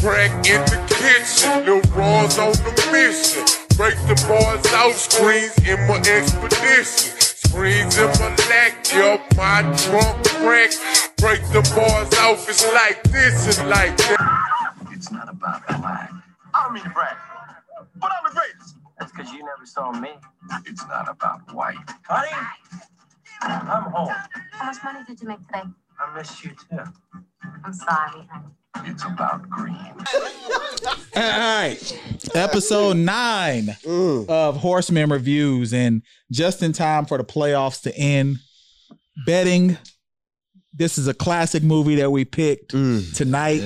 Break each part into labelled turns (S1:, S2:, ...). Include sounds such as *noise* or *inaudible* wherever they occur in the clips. S1: crack in the kitchen. Lil Raw's on the mission. Break the bars out, screens in my expedition. Screens in my lack, yo, my drunk crack. Break the bars out, it's like this and like that.
S2: It's not about black.
S3: I don't mean to brag, but I'm the greatest.
S2: That's because you never saw me.
S3: It's not about white.
S2: Honey, I'm home.
S4: How much money did you make today?
S2: I miss you too.
S4: I'm sorry, honey.
S3: It's about green.
S5: All right. Episode nine of Horseman Reviews. And just in time for the playoffs to end, betting. This is a classic movie that we picked tonight.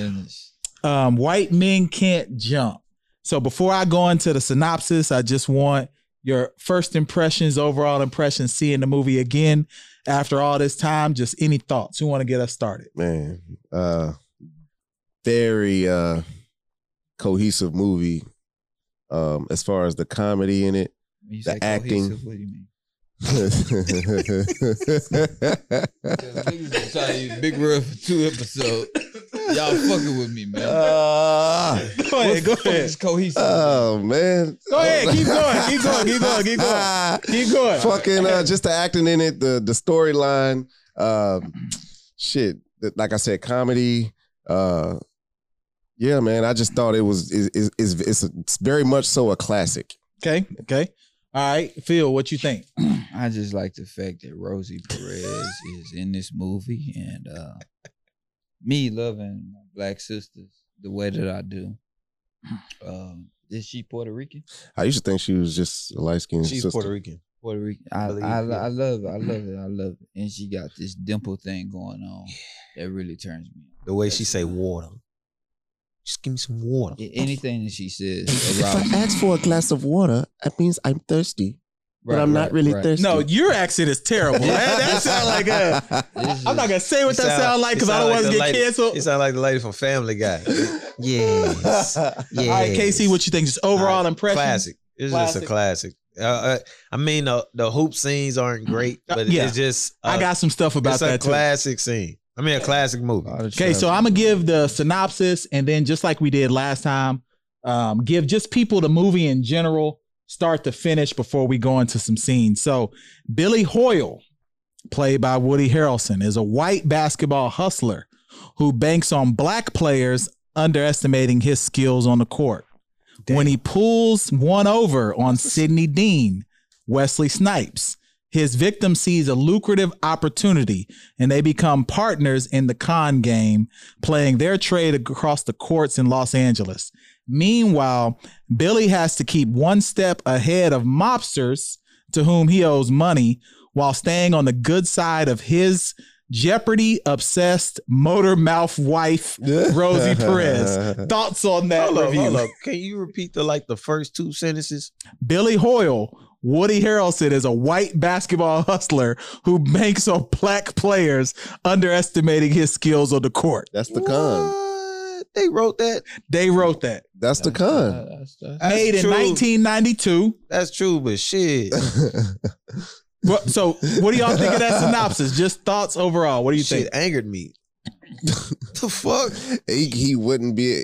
S5: Um, White Men Can't Jump. So before I go into the synopsis, I just want your first impressions, overall impressions, seeing the movie again after all this time. Just any thoughts? Who want to get us started?
S6: man uh very uh cohesive movie um as far as the comedy in it *laughs*
S7: When you
S6: The
S7: say
S6: acting.
S7: cohesive, What do you mean? niggas been trying to use Big Real for two episodes. Y'all fucking with me, man.
S6: Uh,
S5: Go ahead. Go ahead.
S7: It's cohesive.
S6: oh man
S5: Go ahead, keep going, keep going, keep going, keep going.
S6: Ah,
S5: Keep going.
S6: *laughs* fucking uh just the acting in it the the storyline um shit th- like i said comedy uh yeah man i just thought it was is is is- it's, it's very much so a classic
S5: Okay. Okay. All right, Phil. What you think?
S7: I just like the fact that Rosie Perez is in this movie and uh me loving my black sisters the way that I do. Um is she Puerto Rican?
S6: i used to think she was just a light-skinned
S8: She's
S6: sister.
S8: Puerto Rican.
S7: Puerto Rican. I,
S8: Believe
S7: I,
S8: it.
S7: I love it. I love it. I love it. And she got this dimple thing going on that really turns me on.
S8: The way she say water. Just give me some water.
S7: A- Anything that she says around me.
S6: for a glass of water, that means I'm thirsty,
S7: Right, right, right.
S6: thirsty.
S5: No, your accent is
S8: *laughs*
S5: terrible. That, that sound like a.
S6: *laughs*
S7: This
S5: I'm not
S7: is-
S5: gonna say what that sound, like because I don't want to get canceled.
S8: It sound like the lady from
S5: *laughs*
S8: Family Guy. yes.
S5: All
S8: yes.
S5: right, Casey. What you think? Just overall
S8: All right,
S5: impression.
S8: Classic. It's
S5: Classic.
S8: just a classic. Uh, uh, I mean, the, the hoop scenes aren't great,
S5: Uh,
S8: but
S5: yeah.
S8: it's just uh,
S5: I got some stuff about
S8: it's a
S5: that too.
S8: classic scene. I mean, a classic movie.
S7: all the
S5: Okay, so
S7: travel.
S5: I'm gonna give the synopsis, and then just like we did last time, um, give just people the movie in general, start to finish, before we go into some scenes. So, Billy Hoyle, played by Woody Harrelson, is a white basketball hustler who banks on black players underestimating his skills on the court. When he pulls one over on Sidney Dean, Wesley Snipes, his victim sees a lucrative opportunity and they become partners in the con game, playing their trade across the courts in Los Angeles. Meanwhile, Billy has to keep one step ahead of mobsters to whom he owes money while staying on the good side of his Jeopardy obsessed motor mouth wife, Rosie Perez. Thoughts on that
S8: Uh, Hold up,
S5: review?
S8: hold *laughs* up. Can you repeat the like the first two sentences?
S5: Billy Hoyle, Woody Harrelson is a white basketball hustler who banks on black players underestimating his skills on the court.
S6: That's the con.
S8: What? They wrote that.
S5: They wrote that.
S6: That's the con.
S7: That's- that's-
S8: That's
S5: Made in
S8: true.
S5: 1992.
S8: That's true, but
S5: *laughs*
S8: shit.
S5: Well, so, what do y'all think of
S8: *laughs*
S5: that synopsis? Just thoughts overall. What do you
S8: shit
S5: think?
S8: angered me. *laughs* the fuck?
S6: he, he wouldn't be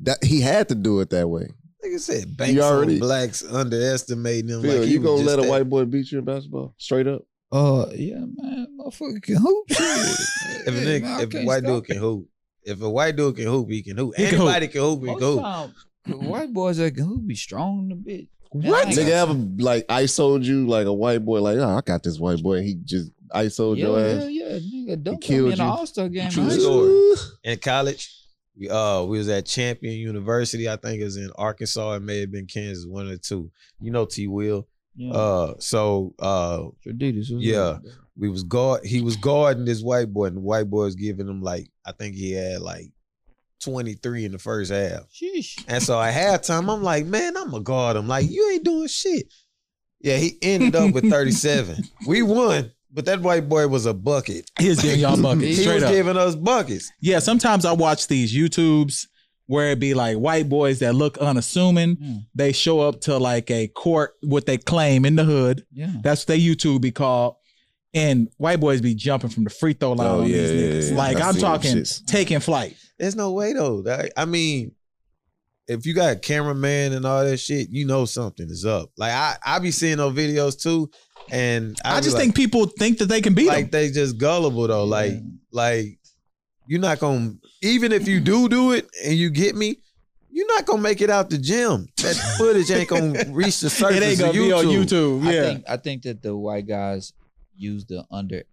S6: that he had to do it that way.
S8: Like I said, banks
S6: You already-
S8: on blacks underestimating them.
S6: Phil,
S8: like he
S6: you
S8: was
S6: gonna
S8: just
S6: let a
S8: that-
S6: white boy beat you in basketball? Straight up.
S7: Uh, yeah, man, motherfucker can hoop.
S8: *laughs*
S7: Shit.
S8: If a nigga, if a white dude can hoop, if a white dude can hoop, he can hoop.
S5: He can hoop.
S8: Anybody can hoop. He can hoop.
S7: white boys that can hoop be strong in the bitch.
S5: What?
S7: Yeah,
S6: Nigga ever like ISO'd you like a white boy, like, oh, I got this white boy. He just ISO'd your
S7: yeah,
S6: ass.
S7: yeah, nigga, don't put
S6: killed
S7: me in the
S6: you.
S7: All Star game.
S8: True
S7: I-
S8: story. In college, we uh we was at Champion University. I think it was in Arkansas. It may have been Kansas, one or two. You know T Will.
S7: Yeah.
S8: Uh, so uh,
S7: Adidas, what's
S8: yeah.
S7: up?
S8: we was guard. He was guarding this white boy, and the white boy was giving him like I think he had like twenty three in the first half.
S7: Sheesh.
S8: And so at halftime, I'm like, man, I'm gonna guard him. Like, you ain't doing shit. Yeah, he ended up with
S5: *laughs*
S8: 37. we won, but that white boy was a bucket.
S5: He was giving y'all buckets.
S8: *laughs* he
S5: Straight
S8: was
S5: up.
S8: giving us buckets.
S5: yeah, sometimes I watch these YouTubes where it be like white boys that look unassuming.
S7: Hmm.
S5: They show up to like a court, what they claim in the hood.
S7: Yeah.
S5: That's what they YouTube be called. And white boys be jumping from the free throw line
S6: Oh,
S5: on
S6: yeah,
S5: these
S6: yeah,
S5: niggas.
S6: yeah.
S5: Like
S6: I
S5: I'm
S6: seen them
S5: talking
S6: shits.
S5: taking flight.
S8: There's no way though. I, I mean, if you got a cameraman and all that shit, you know something is up. Like I, I be seeing those videos too, and
S5: I,
S8: be
S5: just
S8: like-
S5: think people think that they can beat
S8: like
S5: them.
S8: they just gullible though. Like like you're not gonna even if
S5: *laughs*
S8: you do do it and you get me, you're not gonna make it out the gym. That footage
S5: *laughs*
S8: ain't gonna reach the surface.
S5: It ain't gonna
S8: of
S5: be on
S8: YouTube.
S5: YouTube.
S7: I
S5: Yeah.
S7: think I think that the white guys use the underestimate.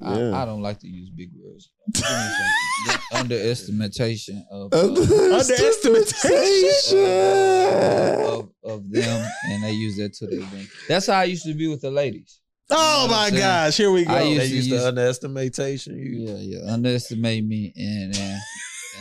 S6: Yeah.
S7: I, I don't like to use big words. Give me something. The underestimation of, of,
S6: Underestimation.
S7: of of them, and they use that to their advantage. That's how I used to be with the ladies.
S5: oh
S7: You know what
S5: my
S7: I'm saying?
S5: gosh, here we go.
S7: I used
S8: They
S7: to
S8: used
S7: use-
S8: to underestimation. *laughs* You
S7: Yeah, yeah. Underestimate me, and uh,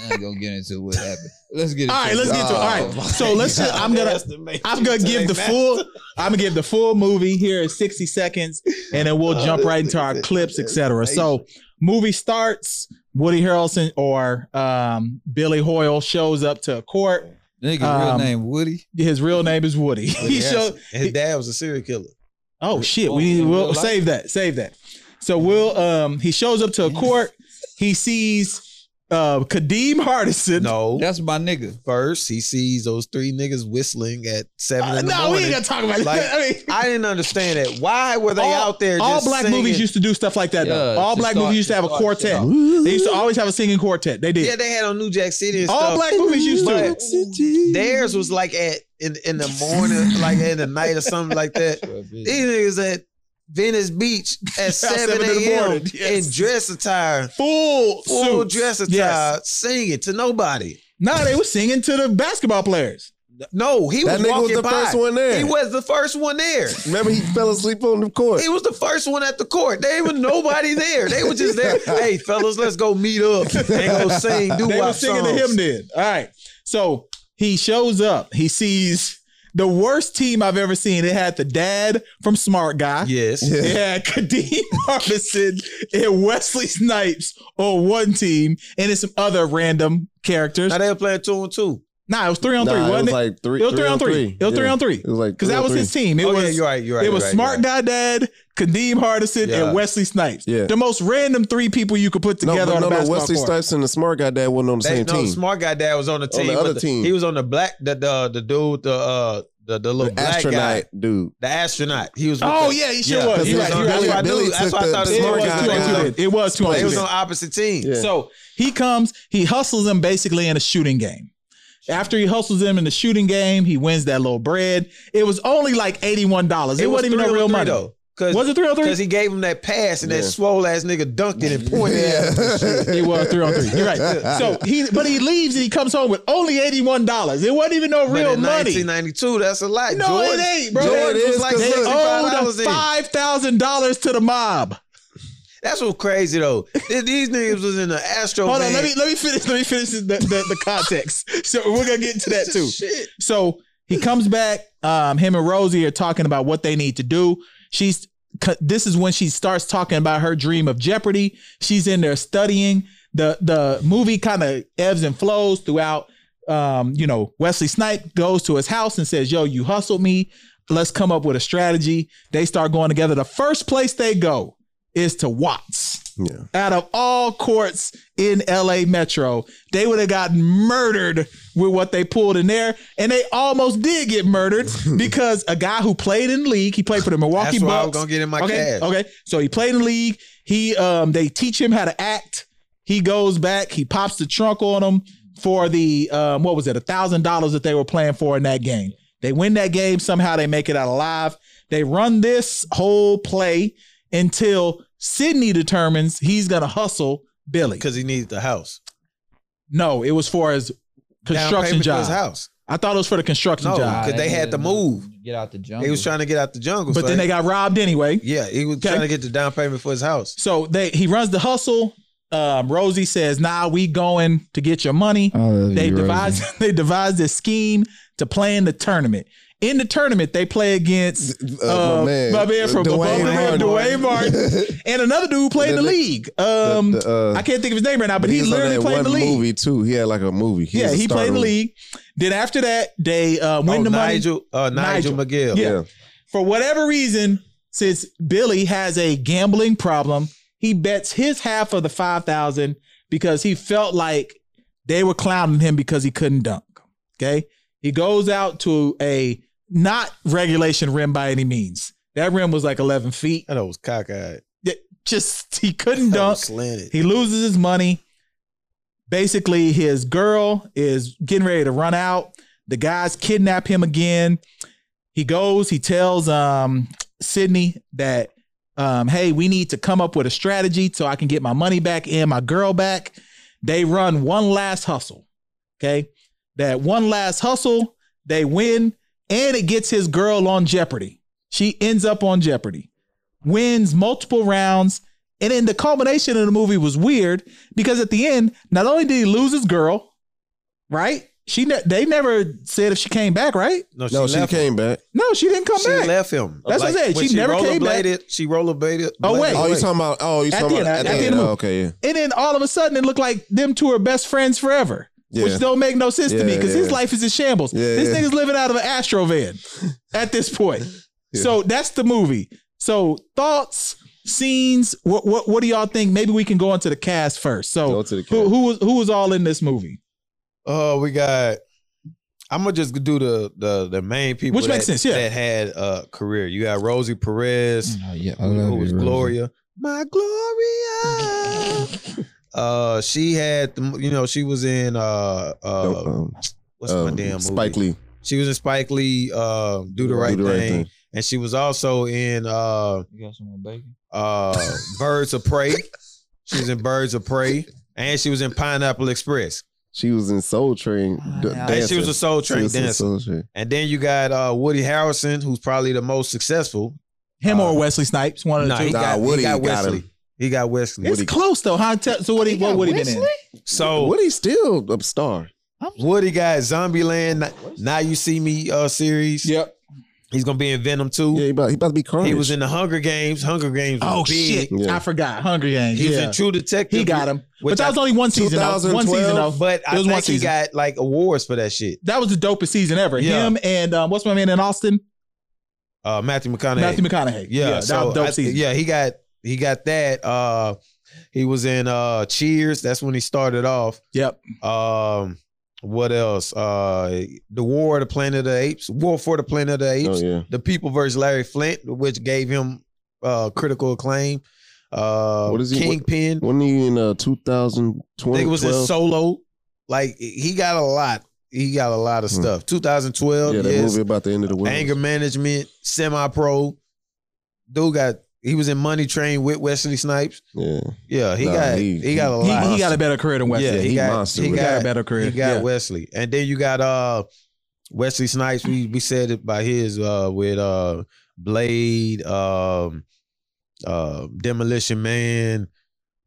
S7: and I'm gonna get into what happened. Let's get.
S5: All right, let's get to it. All
S7: Oh,
S5: right. So let's just, I'm gonna
S8: Underestimate
S5: I'm
S8: you
S5: gonna
S8: till
S5: give
S8: they
S5: the
S8: mad.
S5: full I'm gonna give the full movie here in 60 seconds and then
S8: Oh,
S5: we'll jump right into our clips, etc. So movie starts, Woody Harrelson or um, Billy Hoyle shows up to court.
S7: Nigga, real
S5: Um,
S7: name Woody.
S5: His real name is Woody. *laughs* He
S8: Yes.
S5: showed
S8: his dad was a serial killer.
S5: *laughs* Oh shit, we
S7: in
S5: need
S7: real
S5: we'll
S7: life?
S5: save that. Save that. So we'll um he shows up to a court, he sees uh Kadeem Hardison. *laughs*
S8: No.
S7: That's my nigga.
S8: First, he sees those three niggas whistling at seven
S5: Uh,
S8: in the
S5: no, we
S8: morning.
S5: ain't gonna *laughs* talk about
S8: Like,
S5: that. I mean,
S8: I didn't understand that. Why were they
S5: All-
S8: out there?
S5: all
S8: just
S5: black
S8: singing?
S5: movies used to do stuff like that. though.
S7: Yeah,
S5: All
S7: to
S5: black
S7: start-
S5: movies used to
S7: to
S5: have a
S7: start
S5: quartet.
S7: shit
S5: They used to always have a singing quartet. They did.
S8: Yeah, they had on New Jack City and
S5: all
S8: stuff.
S5: black movies used to.
S8: Theirs was like at in in the morning, like in the night or something like
S5: *laughs*
S8: that. These niggas at Venice Beach at seven
S5: seven in the
S8: a.m.
S5: morning, yes.
S8: in dress attire,
S5: full
S8: full
S5: suits.
S8: dress attire,
S5: Yes.
S8: singing to nobody.
S5: No, they were singing to the basketball players.
S8: No, he
S6: That
S8: was
S6: nigga was
S8: walking
S6: the
S8: by.
S6: first one
S8: He
S6: there.
S8: was the first one
S5: *laughs*
S8: there.
S6: Remember, he fell asleep on the court.
S8: He was the first one at the court. There was nobody there. They were just
S5: *laughs*
S8: there. Hey, fellas, let's go meet up and go sing. Do
S5: They were
S8: wop
S5: singing
S8: songs.
S5: to him then. All right. So he shows up. He sees the worst team I've ever seen. It had the dad from Smart Guy.
S8: Yes.
S6: Yeah.
S5: It had *laughs* Kadeem Hardison and Wesley Snipes on one team, and then some other random characters.
S8: Now they were playing two and two.
S5: Nah, it was three on
S6: Nah,
S5: three,
S6: it was
S5: wasn't it?
S6: like three.
S5: It was three on three. It was three
S6: Yeah.
S5: on three.
S6: It was like
S5: Because
S6: three
S5: that
S6: on
S5: was
S6: three.
S5: his team. It
S8: oh,
S5: was
S8: yeah, you're right. You're right.
S5: it was
S8: you're right,
S5: Smart
S8: you're right.
S5: Guy Dad, Kadeem Hardison,
S8: Yeah.
S5: and Wesley Snipes.
S6: Yeah.
S5: The most random three people you could put
S6: No,
S5: together
S6: but
S5: on
S6: no,
S5: a
S6: no.
S5: basketball
S6: Wesley
S5: court.
S6: Snipes and the smart guy dad wasn't on the
S8: They-
S6: same
S8: no,
S6: team.
S8: Smart guy dad was on the team.
S6: the
S8: but
S6: other team.
S8: He was on the black the the, the dude the uh the, the little black
S6: astronaut
S8: guy.
S6: dude.
S8: The astronaut. He was with
S5: Oh
S8: the,
S5: yeah, he sure
S8: Yeah,
S5: was.
S8: he
S5: You're
S8: was
S5: right,
S8: on
S5: you're right.
S8: Billy-
S5: you're right.
S8: Billy- That's why I thought
S5: It
S8: Smart
S5: was
S8: Guy
S5: two
S8: was
S5: and two
S8: on-
S5: then. It was two
S8: They
S5: and
S8: was
S5: two.
S8: on
S5: then.
S8: opposite teams.
S6: Yeah.
S5: So he comes, he hustles them basically in a shooting game. After he hustles them in the shooting game, he wins that little bread. It was only like eighty-one dollars. It,
S8: was
S5: wasn't even no
S8: three on
S5: real
S8: three,
S5: money.
S8: though. Cause,
S5: Was it three on three?
S8: Because he gave him that pass and that
S6: Yeah.
S8: swole ass nigga dunked it and pointed at him.
S5: He was three on three. You're right.
S8: *laughs*
S5: So he, but he leaves and he comes home with only eighty one dollars. It wasn't even no
S8: But
S5: real
S8: in
S5: money.
S8: 1992, that's a lot.
S5: No,
S8: Jordan,
S5: it ain't, bro.
S8: Jordan
S6: It
S8: was
S6: is,
S8: like
S6: 'cause
S5: They
S6: look,
S5: owed
S8: $65
S5: him
S8: in.
S5: five thousand dollars to the mob.
S8: That's what's crazy though. Th- These niggas was in the
S7: Oh,
S8: Astro.
S5: Hold on,
S8: van.
S5: let me let me finish let me finish the, the, the context. *laughs* So we're gonna get into that too.
S8: Shit.
S5: So he comes back. Um, him and Rosie are talking about what they need to do. She's c- this is when she starts talking about her dream of Jeopardy. She's in there studying. the The movie kind of ebbs and flows throughout. Um, you know, Wesley Snipe goes to his house and says, "Yo, you hustled me. Let's come up with a strategy." They start going together. The first place they go is to Watts
S6: Yeah.
S5: out of all courts in LA Metro. They would have gotten murdered with what they pulled in there. And they almost did get murdered because a guy who played in the league, he played for the Milwaukee
S8: That's why I was
S5: Bucks.
S8: gonna get in my
S5: okay,
S8: cash.
S5: okay. So he played in the league. He um they teach him how to act. He goes back, he pops the trunk on him for the um what was it, a thousand dollars that they were playing for in that game. They win that game, somehow they make it out alive. They run this whole play until Sydney determines he's gonna hustle Billy.
S8: Because he needed the house.
S5: No, it was for his
S8: Down payment
S5: construction
S8: for His
S5: job.
S8: house.
S5: I thought it was for the construction
S8: No,
S5: job.
S8: Oh, 'cause they had to move.
S7: Get out the jungle.
S8: He was trying to get out the jungle.
S5: But
S8: so
S5: then
S8: he-
S5: they got robbed anyway.
S8: Yeah, he was
S5: Okay.
S8: trying to get the down payment for his house.
S5: So they he runs the hustle. Um, Rosie says, "Nah, we going to get your money." they *laughs*
S8: *laughs*
S5: devised they devised this scheme to play in the tournament. In the tournament, they play against
S6: Uh,
S5: uh,
S6: my man,
S5: my man from
S6: Dwayne
S5: above the rim,
S6: Martin.
S5: Dwayne Martin, and another dude played in the
S6: The- the-
S5: league. Um,
S6: The- the, uh,
S5: I can't think of his name right now, but,
S6: But
S5: he,
S6: was on
S5: literally
S6: that
S5: played in
S6: one
S5: the league.
S6: movie too. He had like a movie.
S5: yeah,
S6: was a
S5: he
S6: star
S5: played in the
S6: movie.
S5: league. Then after that, they uh, win
S8: oh,
S5: the money
S8: Nigel, uh, Nigel,
S5: Nigel.
S8: McGill.
S5: Yeah. for whatever reason. Since Billy has a gambling problem, he bets his half of the five thousand because he felt like They were clowning him because he couldn't dunk. Okay. He goes out to a not regulation rim by any means. That rim was like 11 feet. *laughs*
S8: I know it was cockeyed.
S5: Just, he couldn't
S8: That
S5: dunk.
S8: was Slanted.
S5: He loses his money. Basically, his girl is getting ready to run out. The guys kidnap him again. He goes, he tells um, Sydney that, um, hey, we need to come up with a strategy so I can get my money back and my girl back. They run one last hustle. Okay. That one last hustle, they win, and it gets his girl on Jeopardy. She ends up on Jeopardy, wins multiple rounds, and then the culmination of the movie was weird because at the end, not only did he lose his girl, right? She ne- they never said if she came back, right?
S6: No, she,
S8: left
S6: came back.
S5: No, she didn't come
S8: Him. She
S5: back.
S8: left him.
S5: That's what I said.
S8: when
S5: She never came back.
S8: rollerbladed, She rollerbladed.
S5: Oh, wait.
S6: Oh, you talking about? Oh, you
S5: At
S6: talking
S5: the
S6: about?
S5: end,
S6: At the end.
S5: of the
S6: Oh,
S5: movie.
S6: okay, yeah.
S5: And then all of a sudden, it looked like them two are best friends forever,
S6: Yeah.
S5: which don't make no sense to me
S6: Yeah,
S5: because his
S6: yeah.
S5: life is in shambles.
S6: Yeah,
S5: this
S6: yeah.
S5: nigga's living out of an Astro van at this point.
S6: *laughs* Yeah.
S5: So that's the movie. So thoughts, scenes. What what what do y'all think? Maybe we can go into the cast first. So
S6: Go to the
S5: who
S6: camera.
S5: who was who was all in this movie?
S8: Oh, we got. I'm gonna just do the the the main people
S5: Which makes
S8: that-
S5: sense, yeah. Mm.
S8: that had a career. You got Rosie Perez,
S7: Oh, yeah, I love
S8: who
S7: you,
S8: was
S7: Rosie.
S8: Gloria. My
S6: *laughs*
S8: Gloria. uh, she had the, you know she was in uh uh
S6: Um,
S8: what's my
S6: um,
S8: damn movie?
S6: Spike Lee.
S8: She was in Spike Lee. Uh, do the right,
S6: Do the right
S8: thing.
S6: thing.
S8: and she was also in uh
S7: You got some more bacon?
S8: *laughs* uh Birds of Prey. She was in Birds of Prey, and she was in Pineapple Express.
S6: She was in Soul Train.
S7: Ah,
S6: d-
S7: now-
S8: And Oh, she was
S6: dancing.
S8: a Soul Train
S6: was in
S8: dancer.
S6: Soul Train.
S8: And then you got uh, Woody Harrelson, who's probably the most successful.
S5: Him
S8: Uh,
S5: or Wesley Snipes? One of the
S8: Nah,
S5: two.
S8: he,
S6: Nah,
S8: got,
S6: Woody
S8: he got
S6: got
S8: Wesley.
S6: him.
S8: he got Wesley.
S5: it's close though. How tell, so what he, what would he been in?
S8: so
S6: Woody's still a star.
S8: Woody got Zombieland. N- Now you see me uh, series.
S5: Yep.
S8: He's gonna be in Venom
S6: Yeah,
S8: too.
S6: he about, he about to be Carnage.
S8: he was in the Hunger Games. Hunger Games. Was
S5: Oh shit!
S8: big.
S6: Yeah.
S5: I forgot. Hungry Games.
S8: He was
S5: yeah.
S8: in True Detective.
S5: He got him,
S8: which
S5: but that
S8: I-
S5: was only one season. Though. One season though.
S6: 2012?
S8: But I
S5: It was one
S8: think he
S5: season.
S8: got like awards for that shit.
S5: that was the dopest season ever.
S8: Yeah.
S5: Him and um, what's my man in Austin?
S8: Uh, Matthew McConaughey.
S5: Matthew McConaughey.
S8: Yeah,
S5: that
S8: so
S5: was dope
S8: I-
S5: season.
S8: yeah, he got he got that. Uh, he was in uh, Cheers. That's when he started off.
S5: Yep.
S8: Um, what else? Uh, the War of the Planet of the Apes, War for the Planet of the Apes,
S6: Oh yeah.
S8: The People versus Larry Flint, which gave him uh critical acclaim. Uh,
S6: What is he-
S8: Kingpin.
S6: Wasn't he in uh, 2020?
S8: I think it was his
S6: 12?
S8: solo. Like he got a lot. He got a lot of
S6: Hmm.
S8: stuff. 2012.
S6: Yeah, that
S8: yes.
S6: movie about the end of the world.
S8: Anger management, semi pro. Dude got. He was in Money Train with Wesley Snipes.
S6: Yeah.
S8: Yeah, he
S6: Nah,
S8: got. He,
S6: he-
S8: got a
S5: He,
S8: lot.
S5: he got a better career than Wesley.
S8: Yeah,
S6: Yeah,
S8: he,
S6: he
S8: got.
S6: monster
S8: He
S6: with
S5: he got
S8: got
S5: a better career.
S8: You got
S5: yeah.
S8: Wesley, and then you got uh Wesley Snipes. We we said it by his uh with uh Blade, um, uh Demolition Man,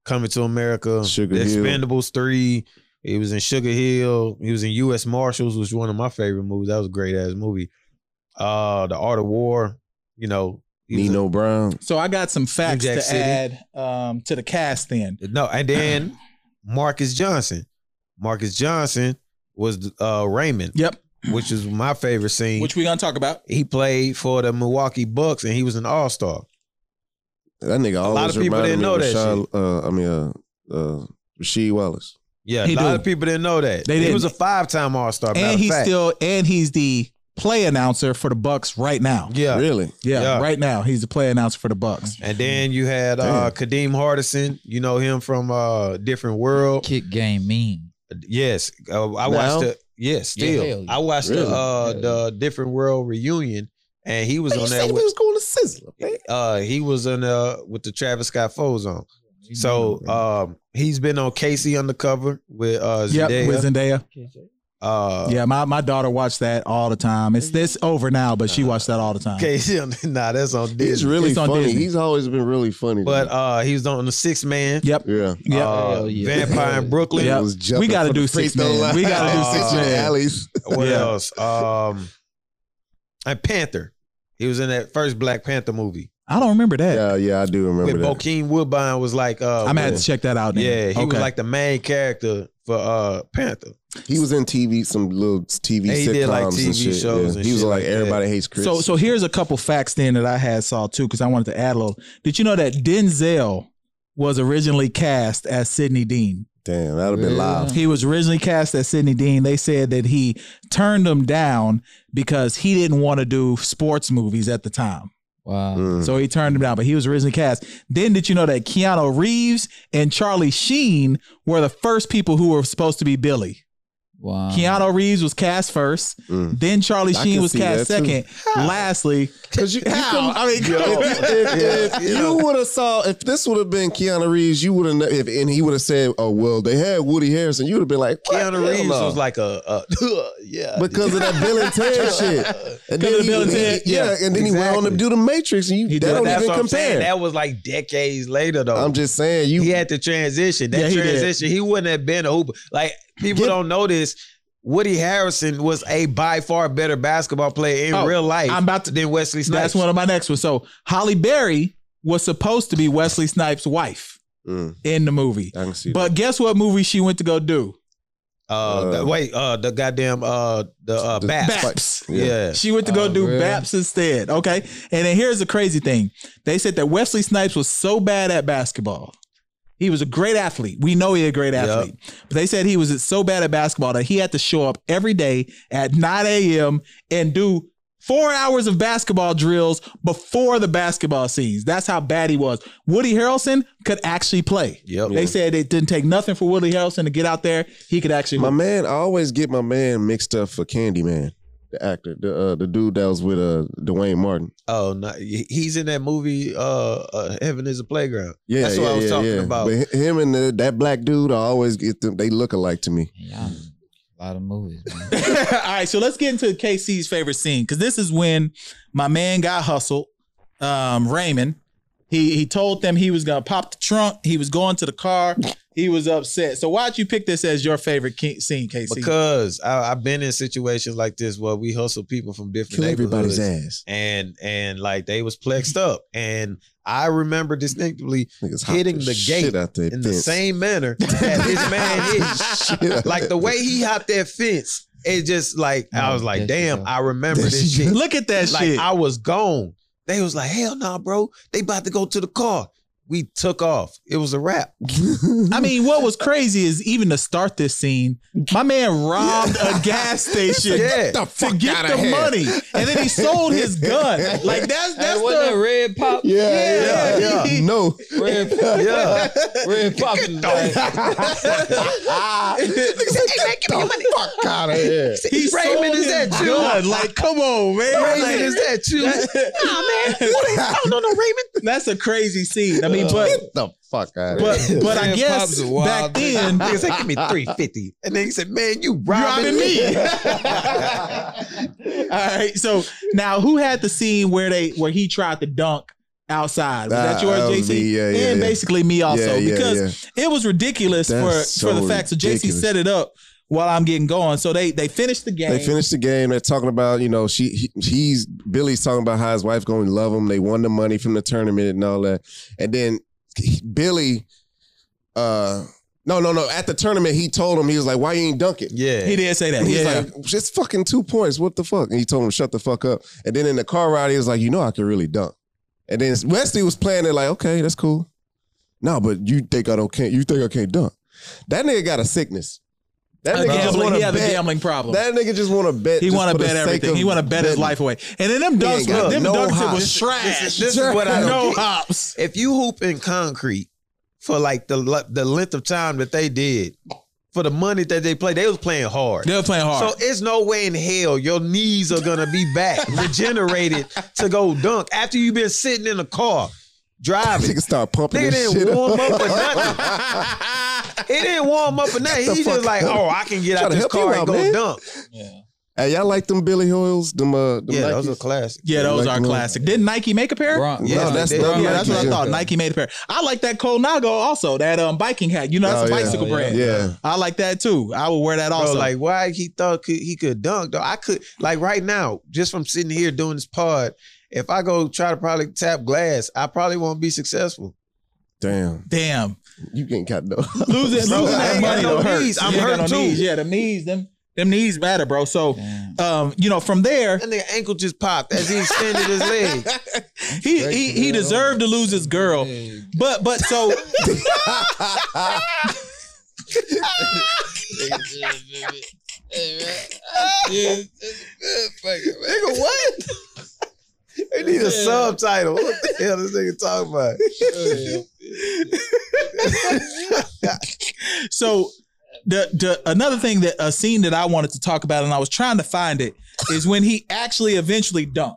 S8: Coming to America,
S6: Sugar
S8: The
S6: Hill.
S8: Expendables Three. He was in Sugar Hill. He was in U.S. Marshals, which was one of my favorite movies. That was a great ass movie. Uh, The Art of War. You know, he was
S6: Nino Brown.
S5: So I got some facts
S8: Jack
S5: to
S8: City.
S5: add um, to the cast. Then
S8: a- no,
S6: *clears throat*
S8: and then Marcus Johnson. Marcus Johnson was uh Raymond,
S5: Yep.
S8: which is my favorite scene.
S5: Which we gonna talk about?
S8: he played for the Milwaukee Bucks and he was an All Star.
S6: That nigga always
S8: lot of people
S6: reminded
S8: didn't
S6: me
S8: know
S6: of
S8: that
S6: Rashawn- Uh, I mean, uh, uh, Rasheed Wallace.
S8: Yeah,
S5: He
S8: a lot
S5: do.
S8: of people didn't know that.
S5: They
S8: he
S5: didn't.
S8: was a five time All Star.
S5: And he's still and he's the play announcer for the Bucks right now.
S8: yeah.
S6: Really?
S5: Yeah,
S8: Yeah.
S5: right now he's the play announcer for the Bucks.
S8: And then you had uh, Kadeem Hardison. You know him from uh, Different World.
S7: Kick game mean.
S8: Yes, uh, I
S6: Now?
S8: watched the. Yes,
S7: Yeah,
S8: still
S7: hell yeah.
S8: I watched
S6: Really?
S8: the uh,
S7: Hell
S8: the Different World reunion, and he was
S6: Man, you
S8: on
S6: said
S8: that.
S6: we
S8: With,
S6: was going to Sizzler. man.
S8: uh, he was on uh, with the Travis Scott Foes on. So um, he's been on Casey Undercover with uh,
S5: Yep,
S8: Zendaya.
S5: with Zendaya.
S8: uh,
S5: yeah, my, my daughter watched that all the time. It's this over now, but she watched that all the time.
S8: Casey, *laughs* nah, that's on Disney.
S6: He's really
S5: It's on
S6: funny.
S5: Disney.
S6: He's always been really funny.
S8: But uh, he was on the Six Man,
S5: Yep.
S6: yeah.
S5: Yep.
S8: uh,
S7: Hell yeah.
S8: Vampire in Brooklyn.
S5: Yep.
S6: Was jumping
S5: We gotta
S6: for the
S5: do
S6: free
S5: six
S6: throw
S5: man.
S6: line.
S5: We gotta
S8: do
S6: *laughs* Uh,
S8: six man.
S6: alleys.
S8: What
S5: Yeah.
S8: else? Um, and Panther. He was in that first Black Panther movie.
S5: I don't remember that.
S6: Yeah, yeah, I do remember
S8: When
S6: that.
S8: Bokeem Woodbine was like, uh,
S5: I'm gonna have
S8: with-
S5: to check that out. Now.
S8: yeah, he was
S5: Okay.
S8: like the main character for uh Panther.
S6: He was in TV, some little TV
S8: And he
S6: sitcoms
S8: did, like,
S6: and
S8: TV
S6: shit.
S8: shows
S6: yeah.
S8: and
S6: he was
S8: shit
S6: like,
S8: like that.
S6: everybody hates Chris.
S5: So so here's a couple facts then that I had saw too because I wanted to add a little. Did you know that Denzel was originally cast as Sidney Dean?
S6: Damn, that'd have been
S7: Yeah.
S6: live.
S5: He was originally cast as Sidney Dean. They said that he turned them down because he didn't want to do sports movies at the time.
S7: Wow.
S6: Mm.
S5: So he turned him down, but he was originally cast. Then did you know that Keanu Reeves and Charlie Sheen were the first people who were supposed to be Billy?
S7: Wow.
S5: Keanu Reeves was cast first,
S8: *laughs*
S6: Mm.
S5: then Charlie
S6: Uh-huh. I
S5: Sheen
S6: can
S5: was
S6: see
S5: cast
S6: that too.
S5: second. Lastly,
S6: Cause you, you
S5: How?
S6: couldn't-
S5: I mean,
S6: Yo, if, if- if you would have saw if this would have been Keanu Reeves, you would have if and he would have said, "Oh well, they had Woody Harrison." You would have been like, what?
S8: Keanu
S6: Hell
S8: Reeves
S6: no.
S8: was like uh, a, a *laughs* yeah.
S6: because of that Bill and Ted
S8: *laughs*
S6: shit, and
S5: Because of
S6: he-
S5: Bill and
S6: he-
S5: Ted,
S6: yeah,
S5: yeah.
S6: and then he went on to
S8: Exactly.
S6: do the Matrix, and you
S5: He
S6: that
S5: did.
S6: don't
S8: That's
S6: even
S8: what I'm saying.
S6: compare.
S8: That was like decades later though.
S6: I'm just saying you
S8: he had to transition.
S5: Yeah,
S8: That
S5: he did.
S8: transition, he wouldn't have been a Hooper. Like people
S6: Yeah.
S8: don't know this. Woody Harrison was a by far better basketball player in
S5: Oh,
S8: real life
S5: I'm about to-
S8: than Wesley Snipes.
S5: that's one of my next ones. So Holly Berry was supposed to be Wesley Snipes' wife
S6: Mm,
S5: in the movie.
S6: I can see
S5: But guess what movie she went to go do?
S8: uh, the- wait, uh, the goddamn uh, the uh,
S6: The-
S8: Baps.
S5: Baps.
S8: Yeah.
S5: She went to go
S7: Oh,
S5: do
S7: really?
S5: BAPS instead. Okay. And then here's the crazy thing. They said that Wesley Snipes was so bad at basketball. He was a great athlete. We know he's a great
S8: Yep.
S5: athlete. But they said he was so bad at basketball that he had to show up every day at 9 a.m. and do four hours of basketball drills before the basketball scenes. That's how bad he was. Woody Harrelson could actually play.
S8: Yep.
S5: They said it didn't take nothing for Woody Harrelson to get out there. He could actually
S6: My man, I always get my man mixed up for Candyman, the actor, the uh, the dude that was with uh Dwayne Martin.
S8: Oh, no, he- he's in that movie. Uh, uh, Heaven is a Playground.
S6: Yeah,
S8: That's what
S6: yeah,
S8: I was
S6: yeah,
S8: talking
S6: yeah.
S8: about.
S6: But hi- him and the, that black dude, I always get them. They look alike to me.
S7: Yeah. A lot of movies, man.
S5: All right, so let's get into KC's favorite scene because this is when my man got hustled. Um, Raymond, he he told them he was gonna pop the trunk. He was going to the car. He was upset. So why'd you pick this as your favorite ki- scene, KC?
S8: Because I, I've been in situations like this where we hustle people from different
S6: Kill
S8: neighborhoods.
S6: everybody's ass.
S8: and and like they was plexed up. And I remember distinctly
S6: Niggas hopped
S8: Hitting the
S6: shit
S8: gate
S6: out there
S8: in the same manner that this man hit. like the way he hopped that fence, it just like I was like,
S7: That's
S8: damn,
S7: dope.
S8: I remember this shit.
S5: Look at that
S8: Like
S5: shit.
S8: I was gone. They was like, hell nah, bro. They about to go to the car. We took off. It was a wrap.
S5: I mean, what was crazy is even to start this scene, my man robbed
S8: *laughs*
S5: a gas station
S8: Yeah.
S6: the
S5: to get the money, and then he sold his gun. Like that's *laughs*
S7: Hey,
S5: that's
S7: wasn't that
S5: the
S7: red pop?
S6: Yeah, yeah,
S5: Yeah.
S6: yeah.
S8: *laughs*
S6: No, *laughs*
S7: Red pop.
S8: Yeah.
S5: *laughs*
S7: Red pop is like,
S6: fuck out of here.
S5: he
S8: Raymond,
S5: sold
S8: is
S5: his
S8: that you?
S5: gun. Like, come on, man. Like,
S8: Raymond, is that you? nah, man. What is, I don't know, Raymond.
S5: *laughs* that's a crazy scene. I mean, but
S6: Get the fuck out of
S5: But
S6: here. *laughs*
S5: but I
S7: Man,
S5: guess
S7: Pop's a wild
S5: back then
S7: man.
S8: Nigga said, give me 350. And then he said, man, you robbing,
S5: robbing
S8: me.
S5: me. *laughs*
S8: *laughs*
S5: All right. So now who had the scene where they where he tried to dunk outside? Was that
S6: Ah,
S5: yours,
S6: that
S5: JC?
S6: was me. Yeah, yeah,
S5: and
S6: yeah.
S5: basically me also
S6: Yeah, yeah,
S5: because it was ridiculous for
S6: That's
S5: for the
S6: so
S5: fact. So JC
S6: ridiculous.
S5: set it up while I'm getting going. So they they finished the game.
S6: They finished the game. They're talking about you know she he, he's Billy's talking about how his wife going to love him. They won the money from the tournament and all that. And then he- Billy, uh, no no no. At the tournament, he told him he was like, "Why you ain't dunk it?"
S8: Yeah.
S5: he did say that.
S6: And he's
S5: Yeah.
S6: like, "Just fucking two points. What the fuck?" And he told him, "Shut the fuck up." And then in the car ride, he was like, "You know I can really dunk." And then Wesley was playing it like, "Okay, that's cool." No, but you think I don't can't? You think I can't dunk? That nigga got a sickness. That
S5: A
S6: nigga just
S5: gambling,
S6: want
S5: he
S6: to
S5: had a
S6: bet.
S5: gambling problem.
S6: That nigga just want to bet.
S5: he
S6: just
S5: want
S6: for
S5: to
S6: the
S5: bet
S6: sake
S5: everything.
S6: of
S5: He want to bet his
S6: betting.
S5: life away. And then them dunks,
S6: ain't got
S5: them
S6: no
S5: dunks it
S6: hops.
S5: was trash.
S8: This is- this is what I
S5: *laughs*
S8: don't
S5: no
S8: get.
S5: hops.
S8: if you hoop in concrete for like the le- the length of time that they did for the money that they played, they was playing hard.
S5: They were playing hard.
S8: So it's no way in hell your knees are gonna be
S6: *laughs*
S8: back regenerated to go dunk after you've been sitting in a car
S6: *laughs*
S8: driving.
S6: Nigga start pumping
S8: Nigga
S6: this
S8: didn't
S6: shit
S8: warm
S6: *laughs*
S8: up or
S6: up.
S8: nothing. It didn't warm
S6: *laughs*
S8: up or nothing.
S6: the
S8: He
S6: fuck
S8: just like,
S6: up.
S8: oh, I can get
S6: Try
S8: out
S6: to
S8: this
S6: help you
S8: car
S6: out,
S8: and go
S6: man.
S8: dunk.
S6: hey, y'all like them Billy Hoyles? Them uh, them
S8: Yeah,
S6: Nikes?
S8: those are classic.
S5: yeah, those
S6: Like,
S5: are
S6: no.
S5: classic. Didn't Nike make a pair?
S7: Bron-
S6: No,
S7: Yes,
S6: that's
S7: they-
S6: not
S5: Yeah, that's what I
S6: Nike.
S5: thought. Nike made a pair. I like that Cole Nago also, that um biking hat. You know, that's
S6: Oh,
S5: a
S6: yeah.
S5: bicycle
S7: Oh, yeah.
S5: brand.
S6: Yeah,
S5: I like that too. I would wear that also.
S8: Bro, like why he thought could, he could dunk though. I could like right now, just from sitting here doing this pod, if I go try to probably tap glass, I probably won't be successful.
S6: damn,
S5: Damn,
S6: you ain't got no.
S5: losing losing
S6: *laughs*
S8: Bro, I
S5: that
S8: ain't got
S5: money
S8: no
S5: though hurts.
S8: knees. I'm
S5: You ain't got
S8: hurt,
S5: no
S8: too.
S5: knees. Yeah, them knees, them them knees matter, bro. So,
S7: Damn.
S5: um, you know, from there,
S8: That nigga ankle just popped as he extended
S6: *laughs*
S8: his leg.
S5: he he, he deserved to lose his girl.
S7: Yeah.
S5: *laughs* But but so
S7: Nigga, what?
S6: *laughs*
S8: They need a
S7: Yeah.
S8: subtitle. What the hell this nigga talking about? *laughs*
S5: So the the another thing that a scene that I wanted to talk about, and I was trying to find it, is when he actually eventually dunked.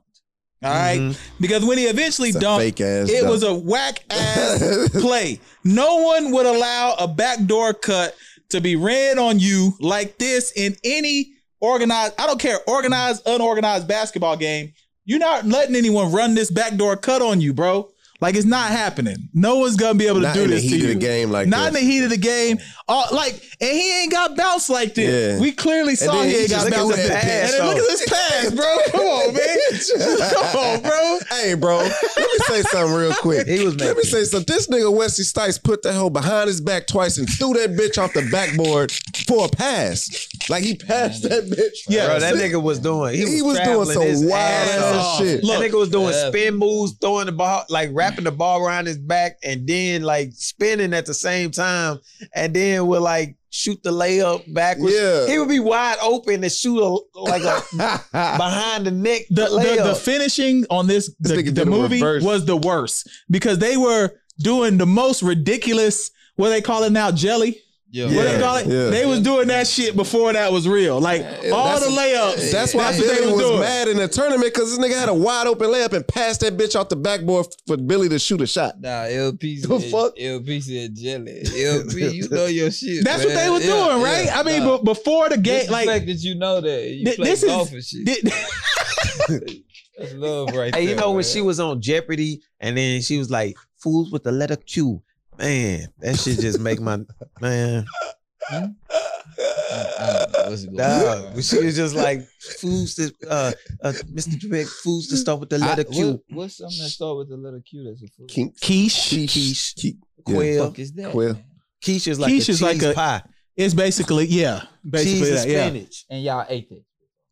S5: All right,
S8: Mhm.
S5: because when he eventually
S6: It's a
S5: dunked,
S6: fake ass.
S5: it
S6: dunk.
S5: was a whack *laughs*
S6: *laughs*
S5: ass play. No one would allow a backdoor cut to be ran on you like this in any organized, I don't care, organized, unorganized basketball game. You're not letting anyone run this backdoor cut on you, bro. Like it's not happening. No one's gonna be able to
S6: not
S5: do
S6: in the
S5: this
S6: heat
S5: to
S6: of
S5: you.
S6: the game like
S5: not in the
S6: that.
S5: heat of the game. Oh, like, and he ain't got bounced like this.
S6: Yeah.
S5: We clearly saw
S6: then
S5: he
S6: he
S5: ain't got
S6: just
S5: bounced
S6: threw
S5: like this.
S6: that
S5: And
S6: pass,
S5: then look
S6: though.
S5: at this pass,
S6: *laughs*
S5: bro. Come on, man. Come on, bro.
S6: Hey, bro, let me say something real quick.
S8: He was
S6: Let me
S8: making-
S6: say something. This nigga Wesley Stites put that hoe behind his back twice and threw that bitch off the backboard for a pass. Like he passed that bitch.
S5: Yeah,
S8: Bro, that *laughs* nigga was doing. He,
S6: He was doing
S8: traveling
S6: some
S8: his
S6: wild
S8: ass
S6: ass
S8: off.
S6: shit. *laughs*
S8: That
S5: Look.
S8: nigga was doing
S7: Yeah.
S8: spin moves, throwing the ball, like wrapping the ball around his back, and then like spinning at the same time, and then would like shoot the layup backwards.
S6: Yeah.
S8: He would be wide open and shoot a, like a
S6: *laughs*
S8: behind the neck
S5: the,
S8: layup.
S5: the, the finishing on this, the,
S6: nigga
S5: the
S6: did a
S5: movie
S6: reverse.
S5: was the worst because they were doing the most ridiculous what they call it now jelly
S7: Yeah.
S5: what they
S6: Yeah,
S5: call it
S6: yeah.
S5: they was doing that shit before that was real like all
S6: that's-
S5: the layups
S6: That's why
S5: that's what they
S6: Billy
S5: was
S6: was
S5: doing
S6: mad in the tournament because this nigga had a wide open layup and passed that bitch off the backboard for Billy to shoot a shot.
S7: Nah, LP said,
S6: The fuck?
S7: LP said jelly. LP, you know your shit.
S5: that's what
S7: man.
S5: they was
S7: Yeah,
S5: doing right
S7: yeah,
S5: i mean
S7: nah.
S5: but before the
S7: Just
S5: game
S7: the fact
S5: like
S7: that you know that you
S5: Th-
S7: play
S5: this is-
S7: golf and shit.
S5: did-
S7: That's love right
S8: Hey,
S7: there.
S8: you know when
S7: man.
S8: she was on Jeopardy, and then she was like, "Fools with the letter Q." Man, that shit just make my man.
S7: I, I don't know what's going
S8: Dog.
S7: on.
S8: She was just like, "Fools to uh, uh Mr. Direct, fools to start with the letter
S7: I,
S8: Q."
S7: What, what's something that start with the letter Q? That's a food.
S6: Kink.
S5: quiche
S6: Quiche. Quiche.
S7: The
S8: Quill.
S7: fuck is that?
S6: Quill.
S7: man?
S8: Quiche is like
S5: Quiche
S8: a
S5: is like
S8: cheese
S5: a-
S8: pie.
S5: it's basically yeah basically
S8: cheese
S5: that
S8: and
S5: yeah
S8: spinach.
S7: And y'all ate it.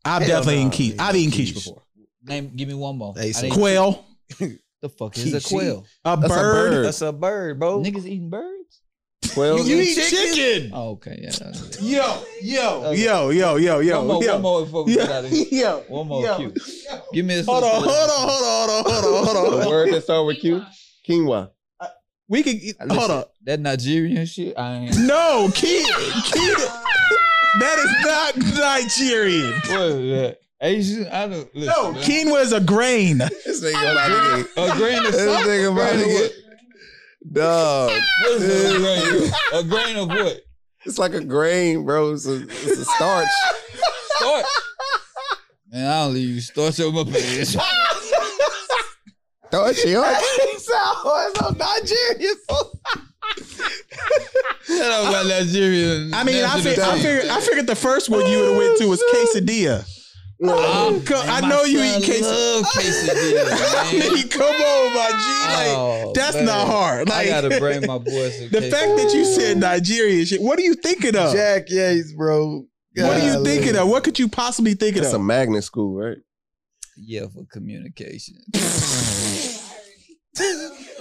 S5: i've
S8: Hell
S5: definitely
S8: no,
S5: eaten quiche
S8: ain't no
S5: i've eaten quiche
S8: quiche.
S5: before
S7: Name, give me one more.
S8: Hey, so-
S7: I didn't-
S5: quail
S7: The fuck is a
S6: Quiche.
S7: quail?
S5: a
S6: That's a
S5: bird
S6: bird.
S8: That's a bird, bro.
S7: Niggas eating birds?
S6: Twelve.
S5: you
S8: You
S5: eat
S8: eat
S5: chicken
S7: Oh, okay, *laughs* yeah. that's it.
S5: yo yo
S7: Okay.
S5: yo yo yo
S7: one more,
S5: yo
S7: one more before we get out
S5: yeah
S7: of *laughs* here.
S5: yeah
S7: One more
S5: Yo.
S7: Q. Give me a
S5: Hold on, hold on, hold on, hold on, hold on,
S6: A
S5: hold on.
S6: word that start with Q. Quinoa.
S5: We can get-
S7: Listen,
S5: hold on.
S7: That Nigerian shit, I ain't.
S5: No, kid, kid. That is not Nigerian.
S7: What is that? Asian? I don't. Listen,
S5: No,
S7: man.
S5: quinoa is a grain.
S6: This nigga about to get.
S7: A grain of
S6: This
S7: salt?
S6: nigga about to get. Dog.
S7: What
S5: *laughs*
S7: is a grain? A grain of what?
S6: It's like a grain, bro. It's a, it's a starch.
S7: Starch. Man, I don't leave you starch on my *laughs* pants.
S6: Starch, yeah.
S7: Shut up about Nigerian.
S5: I mean, I, fig- I
S7: nationality.
S5: figured I figured the first one you would have went to was quesadilla.
S7: Oh,
S5: Co-
S7: man,
S5: I
S7: my
S5: know you
S7: son
S5: eat quesadilla.
S7: love
S5: *laughs*
S7: quesadilla, man.
S5: Nigga, Come on, my G. Like
S7: Oh,
S5: that's
S7: man.
S5: not hard. Like
S7: I gotta bring
S5: *laughs*
S7: my boys.
S5: the fact that you said Nigerian shit. What are you thinking of?
S8: Jack Yates, bro.
S5: what are you
S8: Golly.
S5: thinking of? What could you possibly think
S6: That's
S5: of?
S6: a *laughs* magnet school, right?
S7: yeah for communication.
S5: *laughs* right,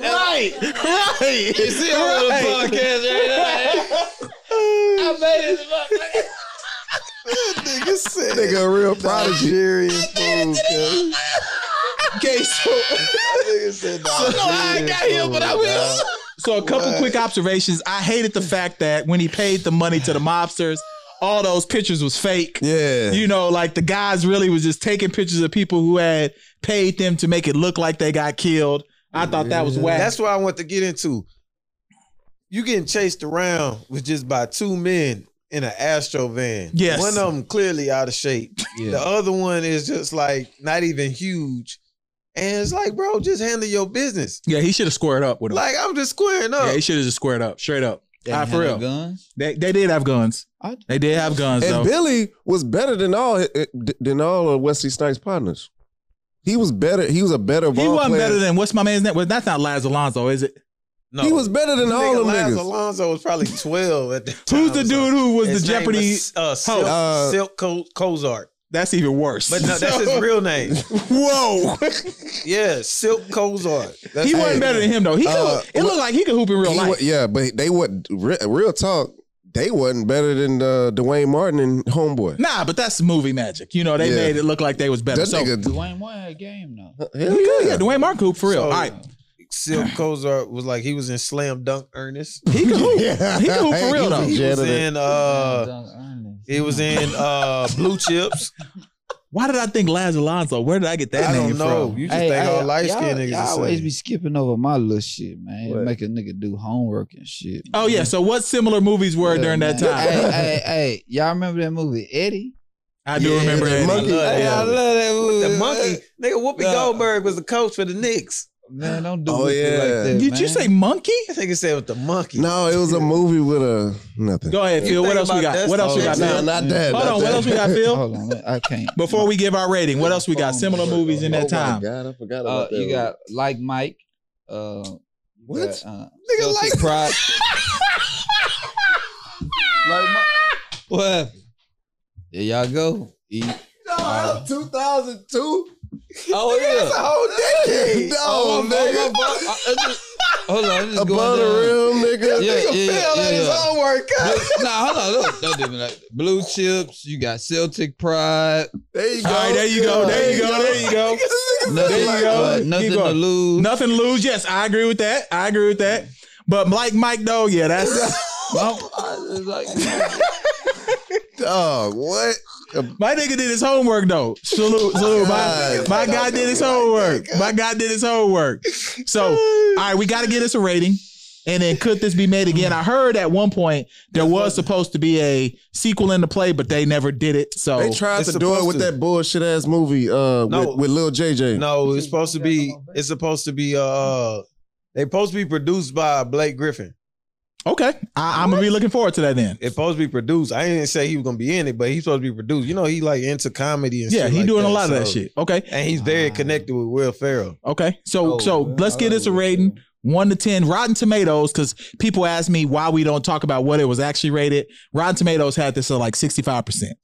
S5: right.
S7: You see, I'm
S5: *laughs*
S7: on the podcast right now. I made it.
S6: Nigga, nigga, a real prodigy. *laughs*
S8: Nigerian food. cuz.
S5: Okay, so.
S8: Nigga said Nigerian food, dog.
S5: So a couple
S8: Right.
S5: quick observations. I hated the fact that when he paid the money to the mobsters, all those pictures was fake.
S6: Yeah.
S5: You know, like the guys really was just taking pictures of people who had paid them to make it look like they got killed. I thought that was whack.
S8: That's what I want to get into. You getting chased around with just by two men in an Astro van.
S5: Yes.
S8: One of them clearly out of shape. The
S7: Yeah.
S8: other one is just like not even huge. And it's like, bro, just handle your business.
S5: yeah, he should have squared up with them.
S8: Like I'm just squaring up.
S5: yeah, he should have just squared up, straight up. Ah, for
S7: had
S5: real.
S7: Guns.
S5: They they did have guns.
S7: I-
S5: They did have guns
S6: And
S5: though.
S6: Billy was better than all eh, eh, than all of Wesley Snipes' partners. He was better. He was a better
S5: he
S6: ball
S5: wasn't
S6: player.
S5: better than what's my man's name? Well, that's not Laz Alonso, is it?
S8: no.
S6: he was better than all
S8: Nigga,
S6: them
S8: Laz
S6: niggas.
S8: Alonso was
S5: *laughs*
S8: probably 12 at that time.
S5: Who's the dude who was the Jeopardy?
S8: uh, Silk,
S6: Uh,
S8: Silk Co- Cozart.
S5: that's even worse. *laughs*
S8: But no, that's his real name.
S5: whoa. *laughs*
S8: Yeah, Silk Cozart. That's
S5: he wasn't
S6: hey,
S5: better than him though. He
S6: uh,
S5: could, it looked like he could hoop in real
S6: He
S5: life.
S6: wa- yeah, but they were real talk. they wasn't better than uh, Dwayne Martin and Homeboy.
S5: Nah, but that's movie magic. You know, they
S6: Yeah.
S5: made it look like they was better.
S6: that
S5: So,
S6: nigga,
S7: Dwayne won a game though.
S6: hell
S5: yeah,
S6: yeah.
S5: yeah, Dwayne Martin Coop for real. All
S8: So-
S5: right.
S8: Silk Kozar was like he was in Slam Dunk Ernest.
S5: He can hoop. He can hoop for real, though.
S6: He
S8: He was
S6: was a janitor.
S8: in uh he was in uh Blue Chips.
S5: Why did I think Laz Alonso? Where did I get that
S8: I
S5: name
S8: don't know.
S5: from?
S8: You just think all light skinned
S7: y'all-
S8: niggas.
S7: y'all
S8: the
S7: always
S8: same.
S7: be skipping over my little shit, man.
S6: What?
S7: Make a nigga do homework and shit.
S5: Oh yeah. So what similar movies were during that
S7: man.
S5: time? *laughs*
S7: hey, hey, hey, y'all remember that movie Eddie?
S5: I do
S6: Yeah,
S5: remember
S6: the
S5: that.
S6: monkey-
S5: I love
S7: Hey, I
S5: that movie.
S7: love that movie.
S8: the monkey nigga Whoopi
S7: Yeah.
S8: Goldberg was the coach for the Knicks.
S7: Man, don't do
S6: Oh,
S7: oh, yeah. like
S6: yeah.
S7: that.
S5: Did
S7: man.
S5: you say monkey?
S8: I think it said with the monkey.
S6: No, it was a movie with a nothing.
S5: Go ahead,
S8: You
S5: Phil. What
S8: think
S5: else we
S8: about
S5: got?
S8: that
S5: What else we
S8: stuff.
S5: got,
S7: Yeah,
S5: man?
S6: Nah, Oh, not that.
S5: Hold
S6: not
S5: on. What
S6: that.
S5: else we
S6: *laughs*
S5: got, Phil?
S7: Hold on, man, I can't.
S5: Before we give our rating, what else we got? Similar movies in
S6: oh
S5: that
S6: My
S5: time.
S6: God, I forgot about
S7: uh,
S6: that.
S7: you
S6: one.
S7: got like Mike. Uh,
S6: What?
S7: Got, uh, nigga like pride.
S5: *laughs*
S7: like Mike. What? There y'all go. E- Eat.
S6: *laughs* No, that was 2002.
S7: Oh
S6: That's a whole decade. *laughs* No,
S7: Oh, my
S6: nigga.
S7: bad, my bad. I- I just- Hold on, I'm just
S6: Above
S7: going
S6: the
S7: down.
S6: rim, nigga.
S7: Yeah, yeah, yeah, yeah.
S6: homework.
S7: Blue- Nah, hold on, look, don't do me like that. Blue chips. You got Celtic pride.
S6: There you go.
S5: All right, there you go. There you go. There you go.
S7: Nothing,
S5: you go.
S7: uh,
S5: Keep
S7: nothing to
S5: going.
S7: lose.
S5: Nothing to lose. Yes, I agree with that. I agree with that. But like Mike, though, yeah,
S6: *laughs*
S5: that's
S7: My- I just like,
S6: Dog, what?
S5: my nigga did his homework though. Salute, salute. My,
S6: Oh God.
S5: my guy did his homework. My guy did his homework. So, all right, we got to get us a rating. And then could this be made again? I heard at one point there was supposed to be a sequel in the play, but they never did it. So
S6: They tried
S8: Oh, it's
S6: to do it
S8: supposed
S6: with
S8: to.
S6: that bullshit ass movie uh,
S8: No.
S6: with, with Lil JJ.
S8: No, it's supposed to be. It's supposed to be. Uh, they supposed to be produced by Blake Griffin.
S5: okay, I, I'm gonna be looking forward to that then.
S8: It's supposed to be produced. I didn't say he was gonna be in it, but he's supposed to be produced. You know, he like into comedy and
S5: Yeah,
S8: shit
S5: he
S8: like
S5: doing
S8: that,
S5: a lot of that
S8: so-
S5: shit. Okay,
S8: And he's very connected with Will Ferrell.
S5: okay. So
S7: Oh,
S5: so
S7: man,
S5: let's
S7: I
S5: get
S7: like
S5: us a
S7: Will
S5: rating.
S7: Ferrell.
S5: one to ten Rotten Tomatoes because people ask me why we don't talk about what it was actually rated. Rotten Tomatoes had this at like sixty five percent.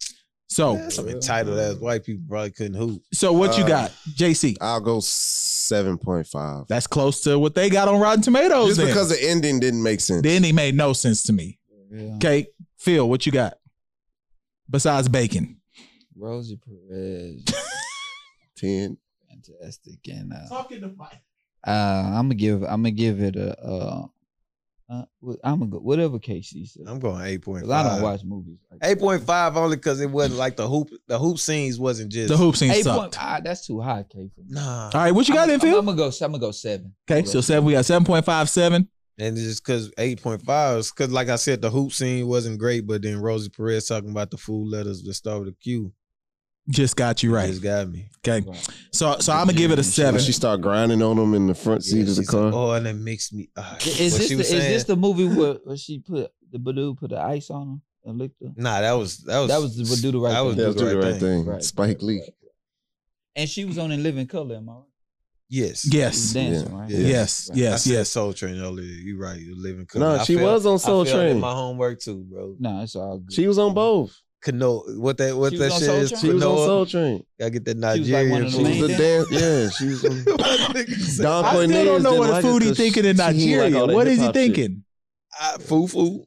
S5: So
S8: Some entitled ass white people probably couldn't hoop.
S5: so what you
S6: Uh,
S5: got, JC?
S6: I'll go 7.5.
S5: That's close to what they got on Rotten Tomatoes.
S6: Just
S5: Then.
S6: because the ending didn't make sense.
S5: the ending made no sense to me.
S7: Yeah.
S5: Okay, Phil, what you got besides bacon?
S7: Rosie Perez,
S6: 10.
S7: fantastic, and uh,
S5: Talking to Mike.
S7: Uh, I'm gonna give. I'm gonna give it a. Uh, uh, I'm gonna go whatever Casey said.
S8: I'm going eight point
S7: 'Cause I don't
S8: five.
S7: watch movies. Like
S8: Eight point five only because it wasn't like the hoop. The hoop scenes wasn't just
S5: The hoop scene
S7: Eight
S5: sucked.
S7: point. Ah, that's too high, K. For me.
S8: nah.
S5: All right, what you got
S7: I'm,
S5: then, Phil?
S7: I'm, I'm gonna go. I'm gonna go seven.
S5: okay, so seven. We got seven point five seven.
S8: And it's just because 8.5 is because, like I said, the hoop scene wasn't great, but then Rosie Perez talking about the food letters that start with a Q.
S5: Just got you right.
S8: Just got me.
S5: Okay,
S7: Right.
S5: so so I'm gonna give it a
S6: When
S5: seven.
S6: she started grinding on him in the front seat
S8: Yeah,
S6: of the
S8: she said,
S6: car.
S8: oh, and it makes me. Uh,
S7: Is this the, is this the movie where, where she put the Badu put the ice on him and licked her?
S8: Nah, that was that was
S7: That was the Badu the right
S8: that was
S7: thing.
S6: That was do the right thing.
S7: Right,
S6: Spike
S7: right,
S6: Lee.
S7: right. And she was on in Living Color, am I right?
S8: yes.
S7: She
S5: Yes,
S7: was dancing, right?
S8: Yeah.
S5: yes,
S7: Right.
S8: I
S5: yes,
S8: said
S5: yes.
S8: Soul Train earlier. You right. You living
S6: No, she was on Soul
S8: I failed in
S6: Train.
S8: My homework too, bro.
S7: No, it's all good.
S6: She was on both.
S8: Cano, what that what
S7: She was
S8: that
S7: on
S8: shit
S7: Soul
S8: is?
S7: Train?
S6: She was on
S8: Kanoa.
S6: Soul Train.
S8: Gotta get that
S7: She was like one
S8: Nigerian
S7: of
S6: She was
S7: the main
S6: the
S8: food.
S6: dance. Yeah, she
S5: *laughs*
S6: was.
S8: *laughs*
S6: On, Don
S5: I still
S6: Cornelius
S5: don't know
S6: didn't
S5: what a
S6: like it
S5: foodie
S6: 'cause
S5: thinking in
S6: she didn't like
S5: Nigeria.
S6: all that
S5: what is he
S6: hip-hop shit.
S5: thinking?
S8: I- Foo foo.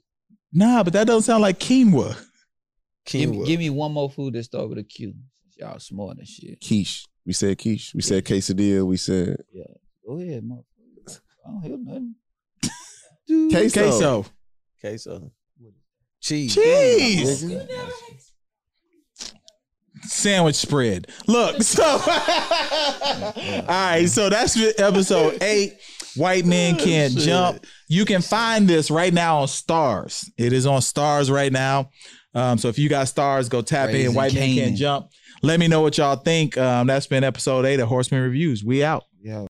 S5: Nah, but that doesn't sound like quinoa.
S7: Give me,
S8: Quinoa.
S7: give me one more food that start with a Q. Y'all smart and shit.
S6: Quiche. We said quiche. We said quesadilla. We said
S7: Go ahead, motherfucker. I don't hear nothing.
S6: queso.
S5: Queso.
S8: queso. Cheese.
S5: Cheese.
S6: Nigga.
S5: Sandwich spread. Look, *laughs*
S6: *laughs*
S5: so all right, so that's episode eight. White
S6: Oh,
S5: men can't jump. You can find this right now on Stars. It is on Stars right now. Um, so if you got Stars, go tap in.
S7: Raising
S5: White men
S7: Canaan.
S5: can't jump. Let me know what y'all think. Um, that's been episode eight of Horseman Reviews. We out.
S7: Yeah.